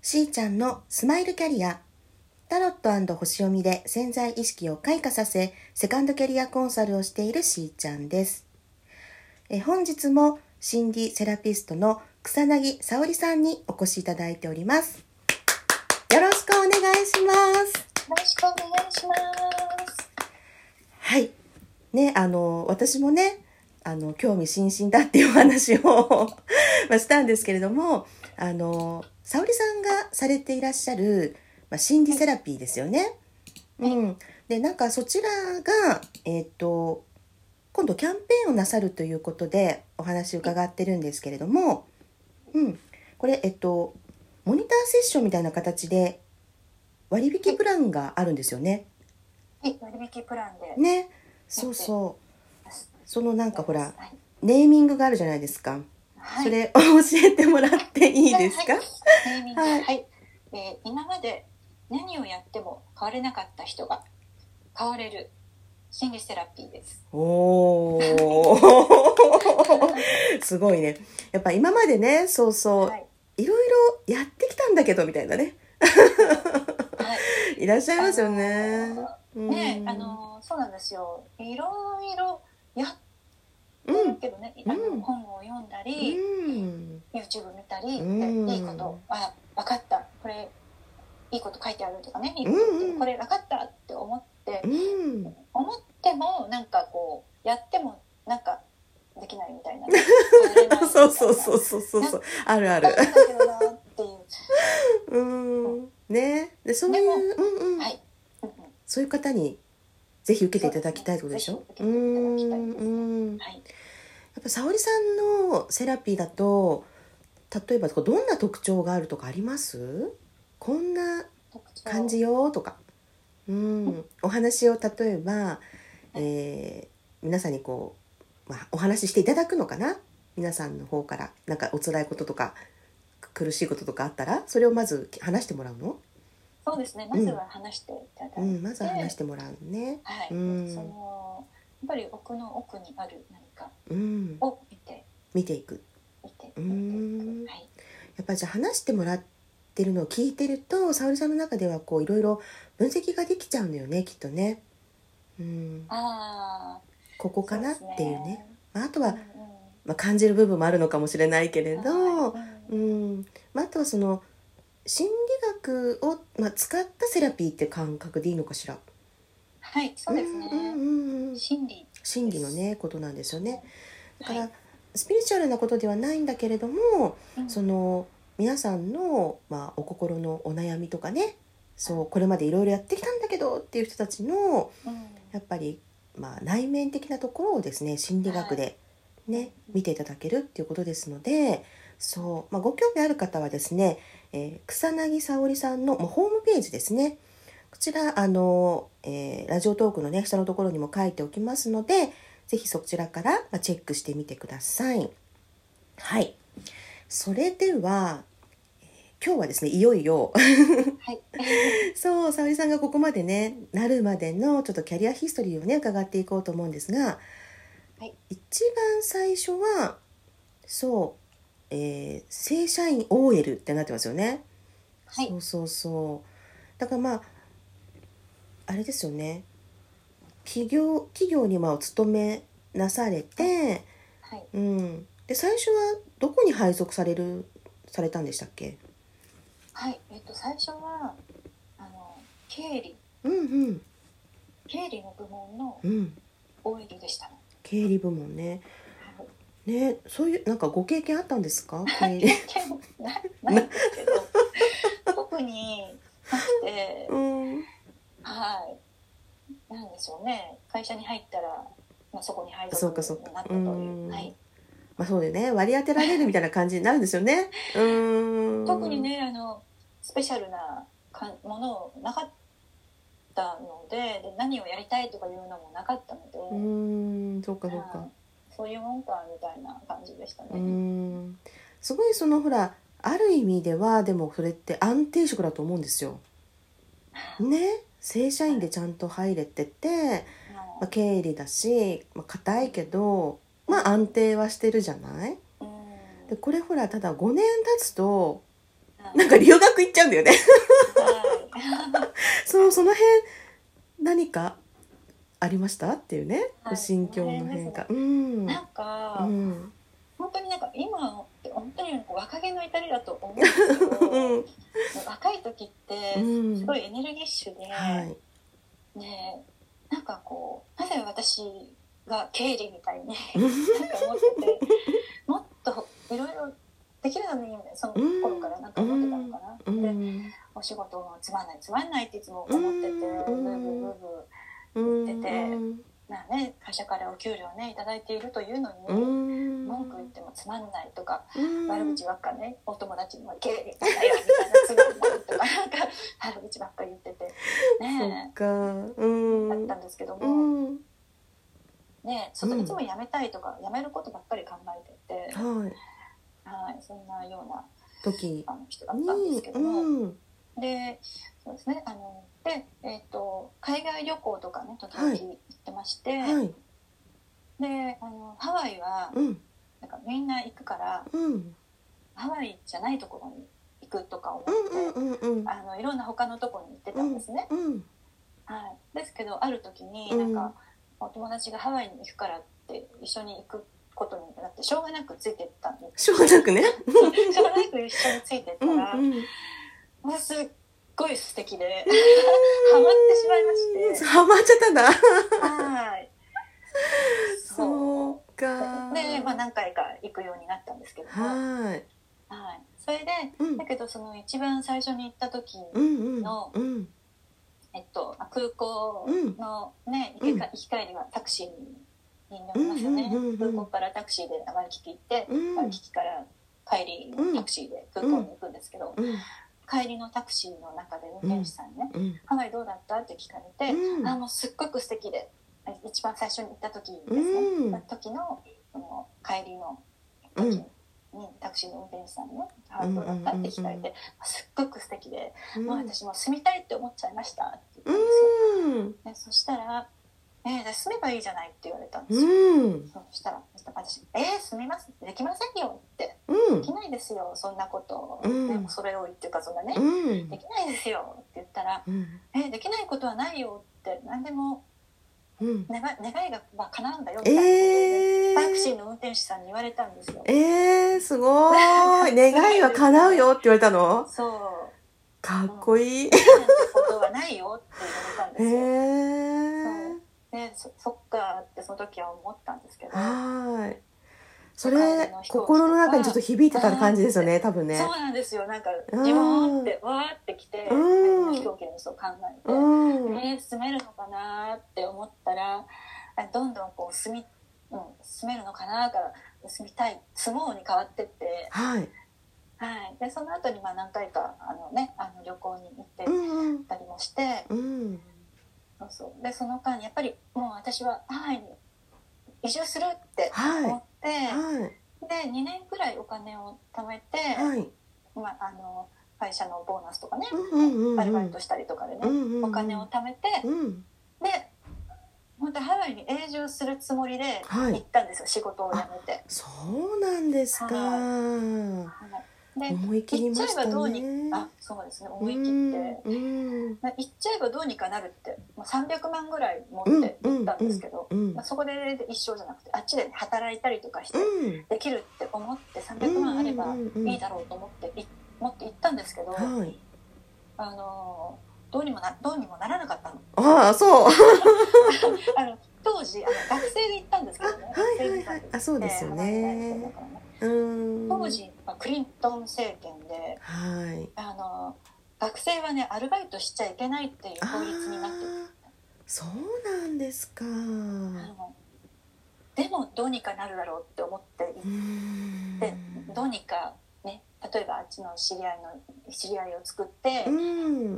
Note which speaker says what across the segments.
Speaker 1: しーちゃんのスマイルキャリア。タロット星読みで潜在意識を開花させ、セカンドキャリアコンサルをしているしーちゃんです。え本日も心理セラピストの草薙沙織さんにお越しいただいております。よろしくお願いします。
Speaker 2: よろしくお願いします。
Speaker 1: はい。ね、あの、私もね、あの、興味津々だっていうお話を まあしたんですけれども、あの、沙織さんがされていらっしゃる、まあ、心理セラピーですよね。うん。で、なんかそちらが、えっ、と、今度キャンペーンをなさるということでお話伺ってるんですけれども、うん。これ、えっと、モニターセッションみたいな形で割引プランがあるんですよね。
Speaker 2: はい、割引プランで。
Speaker 1: ねそうそうそのなんかほらネーミングがあるじゃないですか、
Speaker 2: はい、
Speaker 1: それを 教えてもらっていいですか
Speaker 2: はいはい、ネーミング
Speaker 1: は
Speaker 2: はいい、えー今まで何をやっても変われなかった人が変われる心理セラピーです。
Speaker 1: おお すごいねやっぱ今までねそうそう、
Speaker 2: はい、
Speaker 1: い、ろいろやってきたんだけどみたいなね
Speaker 2: はい
Speaker 1: らっしゃいますよね
Speaker 2: あのー
Speaker 1: うん
Speaker 2: ね、あのーそうなんですよ。いろいろやっ
Speaker 1: う
Speaker 2: て
Speaker 1: ん
Speaker 2: るけどね、あ
Speaker 1: うん
Speaker 2: の本を読んだり、
Speaker 1: うん、
Speaker 2: YouTube 見た
Speaker 1: う
Speaker 2: り、
Speaker 1: ん
Speaker 2: でいいことあ分かったこれいいこと書いてあるとかねいいこと言ってる
Speaker 1: うん
Speaker 2: これ分かったって思って、
Speaker 1: うん、
Speaker 2: 思ってもなんかこうやってもなんかできないみたいな変われないみたいな
Speaker 1: そうそうそうそうそうそうあるある
Speaker 2: 変われないけどなっていう
Speaker 1: うんねでそういう、うんうん
Speaker 2: はい、うんうん
Speaker 1: そういう方にぜひ受けていただきたいってことでしょ
Speaker 2: そうです
Speaker 1: う
Speaker 2: ね
Speaker 1: ん
Speaker 2: ぜひ受けていただきたいです
Speaker 1: うんや
Speaker 2: はい、
Speaker 1: っぱ沙織さんのセラピーだと例えばこうどんな特徴があるとかありますこんな
Speaker 2: 特徴
Speaker 1: 感じよとか、うん、お話を例えば、えー皆さんにこう、まあ、お話ししていただくのかな皆さんの方からなんかお辛いこととか苦しいこととかあったらそれをまず話してもらうの、
Speaker 2: そうですねまずは話していただいて、
Speaker 1: うん、まずは話してもらうね。
Speaker 2: はい、
Speaker 1: うん
Speaker 2: そのやっぱり奥の奥にある何か
Speaker 1: うん、
Speaker 2: を見て
Speaker 1: 見ていく
Speaker 2: 見て見て
Speaker 1: うん
Speaker 2: はい
Speaker 1: やっぱりじゃあ話してもらってるのを聞いてると沙織さんの中ではこういろいろ分析ができちゃうのよねきっとね。うん、
Speaker 2: ああ
Speaker 1: ここかなっていうねまあ、あと
Speaker 2: うん
Speaker 1: は、まあ、感じる部分もあるのかもしれないけれ
Speaker 2: うん
Speaker 1: ど、
Speaker 2: はい
Speaker 1: うんまあ、あとはその心理学を、まあ、使ったセラピーって感覚でいいのかしら。
Speaker 2: はいそうですね、
Speaker 1: んうんうん、
Speaker 2: 心理
Speaker 1: 心理のねことなんですよね。だから、
Speaker 2: はい
Speaker 1: スピリチュアルなことではないんだけれども
Speaker 2: うん
Speaker 1: その皆さんの、まあ、お心のお悩みとかねそうこれまでいろいろやってきたんだけどっていう人たちの
Speaker 2: うん
Speaker 1: やっぱり、まあ、内面的なところをですね心理学で、ね見ていただけるっていうことですのでそう、まあ、ご興味ある方はですね、えー草薙沙織さんのもうホームページですねこちらあの、えーラジオトークのね下のところにも書いておきますのでぜひそちらから、まあ、チェックしてみてください。はいそれではえー今日はですねいよいよ
Speaker 2: はい
Speaker 1: そう、沙織さんがここまでね、なるまでのちょっとキャリアヒストリーをね、伺っていこうと思うんですが、
Speaker 2: はい
Speaker 1: 一番最初は、そう、えー正社員 OL ってなってますよね。
Speaker 2: はい
Speaker 1: そうそうそう。だからまあ、あれですよね。企業、企業にまあお勤めなされて、
Speaker 2: はい、
Speaker 1: うん。で、最初はどこに配属される、されたんでしたっけ
Speaker 2: はい、えっと最初はあの経理
Speaker 1: うんうん。
Speaker 2: 経理の部門の
Speaker 1: うん。
Speaker 2: OL でしたね。
Speaker 1: 経理部門ね。
Speaker 2: はい
Speaker 1: ね、そういうなんかご経験あったんです か？経
Speaker 2: 経
Speaker 1: 理
Speaker 2: 験ないないんですけ ど、特になくて、
Speaker 1: うん、
Speaker 2: はい、なんでしょうね。会社に入ったら、まあそこに配
Speaker 1: そ
Speaker 2: 属
Speaker 1: うかそうか
Speaker 2: になったという
Speaker 1: ん
Speaker 2: う、はい。
Speaker 1: まあそうだよね。割り当てられるみたいな感じになるんですよ ね。うん。
Speaker 2: 特に。ねあのスペシャルなかんものなかったので、で何をやりたいとかいうのもなかったので。
Speaker 1: うん、そうかそう
Speaker 2: は
Speaker 1: か
Speaker 2: い。そういうもんかみたいな感じでしたね。
Speaker 1: うん。すごいそのほらある意味ではでもそれって安定職だと思うんです よ。ね、正社員でちゃんと入れてて、まあ、
Speaker 2: は
Speaker 1: 経理だし、まあ硬いけど、まあ安定はしてるじゃない。
Speaker 2: いうん
Speaker 1: でこれほらただ5年経つとなんか留学行っちゃうんだよね。
Speaker 2: は
Speaker 1: そう、その辺、何かありましたっていうね、
Speaker 2: はい
Speaker 1: 心境の変化。う
Speaker 2: い
Speaker 1: ん。
Speaker 2: なんか、
Speaker 1: うん。
Speaker 2: 本当になんか今のって本当に若気の至りだと思うんですけど、
Speaker 1: うん。
Speaker 2: 若い時って
Speaker 1: うん
Speaker 2: すごいエネルギッシュで、
Speaker 1: はい。
Speaker 2: ねえなんかこうなぜ私が経理みたいになん
Speaker 1: うん
Speaker 2: か思っててもっといろいろできるのにその頃からなんか思ってたのか
Speaker 1: う
Speaker 2: な、で
Speaker 1: ん。
Speaker 2: お仕事もつまんないつまんないっていつも思ってて、
Speaker 1: うん
Speaker 2: ブーブーブーブ
Speaker 1: うん。
Speaker 2: 言っててーなあね会社からお給料ねいただいているというの
Speaker 1: う
Speaker 2: に、
Speaker 1: ん。
Speaker 2: 文句言ってもつまんないとか、
Speaker 1: うん
Speaker 2: 悪口ばっかねお友達にも経理みたいなよみたいなつまんないとかなんか悪口ばっか言ってて
Speaker 1: そ
Speaker 2: ね
Speaker 1: っか。う
Speaker 2: えだっ
Speaker 1: ん。
Speaker 2: たんですけども。
Speaker 1: うん。
Speaker 2: ね、ちょっ
Speaker 1: う
Speaker 2: と
Speaker 1: ん
Speaker 2: いつも辞めたいとか、辞めることばっかり考えてて、
Speaker 1: はい。
Speaker 2: はい、そんなような
Speaker 1: 時
Speaker 2: あの人だったんです
Speaker 1: に、
Speaker 2: けども、
Speaker 1: うん。
Speaker 2: で、そうですね、あの、で、えっ、と、海外旅行とかね、時々
Speaker 1: はい
Speaker 2: 行ってまして、
Speaker 1: はい。
Speaker 2: で、あの、ハワイは、
Speaker 1: うん。
Speaker 2: なんかみんな行くから、
Speaker 1: うん。
Speaker 2: ハワイじゃないところに行くとか思っ
Speaker 1: う
Speaker 2: て、
Speaker 1: ん。うん。うん。
Speaker 2: あの、いろんな他のところに行ってたんですね。
Speaker 1: うん。
Speaker 2: はい。ですけど、ある時に、
Speaker 1: う
Speaker 2: なんんか、お友達がハワイに行くからって、一緒に行くことになって、しょうがなくついてったんです
Speaker 1: しょうがなくね。
Speaker 2: しょうがなく一緒についてった
Speaker 1: うん。うん。
Speaker 2: ら、もうすっごい素敵で、ハマってしまいまして。
Speaker 1: ハマっちゃったんだ。
Speaker 2: はい。
Speaker 1: そうか。
Speaker 2: で、まあ何回か行くようになったんですけども、
Speaker 1: は
Speaker 2: はい。
Speaker 1: い。
Speaker 2: それで、
Speaker 1: うん
Speaker 2: だ。けどその一番最初に行った時、
Speaker 1: うんうん。うん。
Speaker 2: えっと、あ空港のね、
Speaker 1: うん
Speaker 2: 行きか行き帰りはタクシーに乗りますよね
Speaker 1: うんうんうんうん。
Speaker 2: 空港からタクシーでワイキキ行って、
Speaker 1: うん。
Speaker 2: ワイキキから帰り
Speaker 1: うん
Speaker 2: タクシーで空港に行くんですけど、
Speaker 1: うん。
Speaker 2: 帰りのタクシーの中で運転手さんにね、
Speaker 1: うん。
Speaker 2: ハワイどうだったって聞かれて、
Speaker 1: うん
Speaker 2: あもうすっごく素敵で一番最初に行った時ですね、
Speaker 1: うん
Speaker 2: 時のその帰りの時に、タクシーの運転手さんにね「ハワイどうだった?」って聞かれて、
Speaker 1: うんうんうん
Speaker 2: すっごく素敵で、
Speaker 1: うん。
Speaker 2: もう私もう住みたいって思っちゃいましたって言ったんですよ、
Speaker 1: うん。
Speaker 2: ね、そしたら「え私住めばいいじゃない」って言われたんですよ、
Speaker 1: うん。
Speaker 2: そしたら私「えー、住みますできませんよ」って
Speaker 1: う
Speaker 2: 「で
Speaker 1: ん
Speaker 2: き。ないですよそんなこと、
Speaker 1: うん
Speaker 2: ね、それを言っていうかそんなね、
Speaker 1: うん
Speaker 2: で。きないですよ」って言ったら「
Speaker 1: うん。
Speaker 2: えできないことはないよって何でも
Speaker 1: うん。
Speaker 2: 願い願いが、まあ、叶うんだよみたいなことをね
Speaker 1: ええ。
Speaker 2: タクシーの運転手さんに言われたんですよ。
Speaker 1: ええ、すごい。願いは叶うよって言われたの
Speaker 2: そう
Speaker 1: かっこいい。
Speaker 2: できないことはないよって言われたん
Speaker 1: ええ。
Speaker 2: ですよ。でそそっかってその時は思ったんですけど、
Speaker 1: はい。そ
Speaker 2: 感
Speaker 1: れ
Speaker 2: じの飛行機とか
Speaker 1: 心の中にちょっと響いてた感じですよね、多分ね
Speaker 2: そう。なんですよなんか
Speaker 1: うん
Speaker 2: 自分ってわーってきて、
Speaker 1: うん
Speaker 2: 飛行機のそう考えて、
Speaker 1: うん。
Speaker 2: えー住めるのかなーって思ったらあどんどんこう住み、うん、住めるのかなーから住みたい住もうに変わってって。
Speaker 1: はい。
Speaker 2: はい、でその後にまあ何回かあの、ね、あの旅行に行って
Speaker 1: うん
Speaker 2: たりもして、
Speaker 1: うん。
Speaker 2: そうそうでその間やっぱりもう私はハワイに移住するって
Speaker 1: はい
Speaker 2: 思って、
Speaker 1: はい。
Speaker 2: で2年くらいお金を貯めて、
Speaker 1: はい。
Speaker 2: まあ、あの会社のボーナスとかね、
Speaker 1: うんうんうんうん
Speaker 2: アルバイトしたりとかでね、
Speaker 1: うんうんうん
Speaker 2: お金を貯めて、
Speaker 1: うん。
Speaker 2: で本当ハワイに永住するつもりで
Speaker 1: はい
Speaker 2: 行ったんですよ、仕事を辞めて。
Speaker 1: そうなんですか。
Speaker 2: はい、で
Speaker 1: 思い切り
Speaker 2: 行っ
Speaker 1: ま
Speaker 2: ちゃ
Speaker 1: し
Speaker 2: え
Speaker 1: た
Speaker 2: ばどうに
Speaker 1: ね。
Speaker 2: あそうですね
Speaker 1: う
Speaker 2: 思い切って。
Speaker 1: んうん
Speaker 2: まあ行っちゃえばどうにかなるって、まあ、300万ぐらい持って行ったんですけど、
Speaker 1: うん
Speaker 2: まあ、そこで一生じゃなくてあっちで働いたりとかして
Speaker 1: うん
Speaker 2: できるって思って300万あればいいだろうと思ってい持って行ったんですけど、
Speaker 1: はい。
Speaker 2: あのーどうにもなどうにもならなかったの
Speaker 1: ああそう。
Speaker 2: あの当時あの学生で行ったんですけどね
Speaker 1: あはいはいはい
Speaker 2: 学生で行ったん
Speaker 1: あそうですよね
Speaker 2: えー離れた人だからね
Speaker 1: うん。
Speaker 2: 当時、まあ、クリントン政権で、
Speaker 1: はい。
Speaker 2: あのー学生はねアルバイトしちゃいけないっていう法律になってて
Speaker 1: ああそうなんですか。う
Speaker 2: でもどうにかなるだろうって思って行
Speaker 1: ん
Speaker 2: って、どうにかね例えばあっちの知り合いの知り合いを作って、
Speaker 1: うん。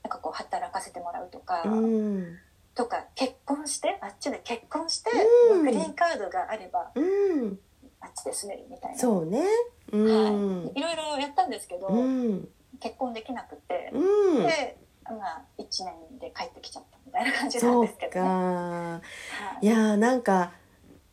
Speaker 2: なんかこう働かせてもらうとか、
Speaker 1: うん。
Speaker 2: とか結婚してあっちで結婚して、
Speaker 1: うん
Speaker 2: グリーンカードがあれば
Speaker 1: うん。
Speaker 2: あっちで住めるみたいな
Speaker 1: そうね。うん。
Speaker 2: はい、いろいろやったんですけど、
Speaker 1: うん。
Speaker 2: 結婚できなくて、
Speaker 1: うん。
Speaker 2: でまあ1年で帰ってきちゃったみたいな感じなん
Speaker 1: そ
Speaker 2: ですけ
Speaker 1: う
Speaker 2: どね。
Speaker 1: か。
Speaker 2: はい
Speaker 1: いやーなんか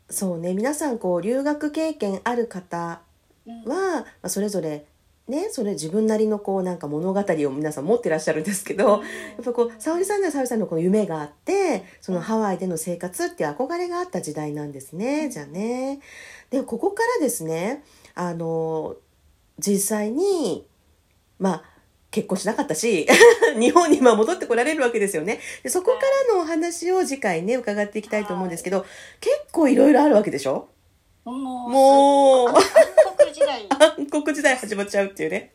Speaker 1: そうね皆さんこう留学経験ある方
Speaker 2: うん
Speaker 1: は、まあ、それぞれね、それ自分なりのこうなんか物語を皆さん持ってらっしゃるんですけど、やっぱこう、沙織さんには沙織さんのこの夢があって、そのハワイでの生活っていう憧れがあった時代なんですね。じゃあね。で、ここからですね、あの、実際に、まあ、結婚しなかったし、 日本に今戻ってこられるわけですよね。でそこからのお話を次回ね、伺っていきたいと思うんですけど、結構いろいろあるわけでしょ
Speaker 2: もう、
Speaker 1: もう
Speaker 2: あ暗黒時代。
Speaker 1: 暗黒時代始まっちゃうっていうね。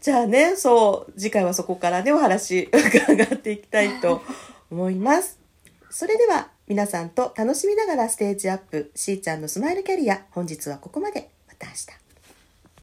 Speaker 1: じゃあね、そう、次回はそこからね、お話伺っていきたいと思います。それでは、皆さんと楽しみながらステージアップ、しーちゃんのスマイルキャリア、本日はここまで。また明日。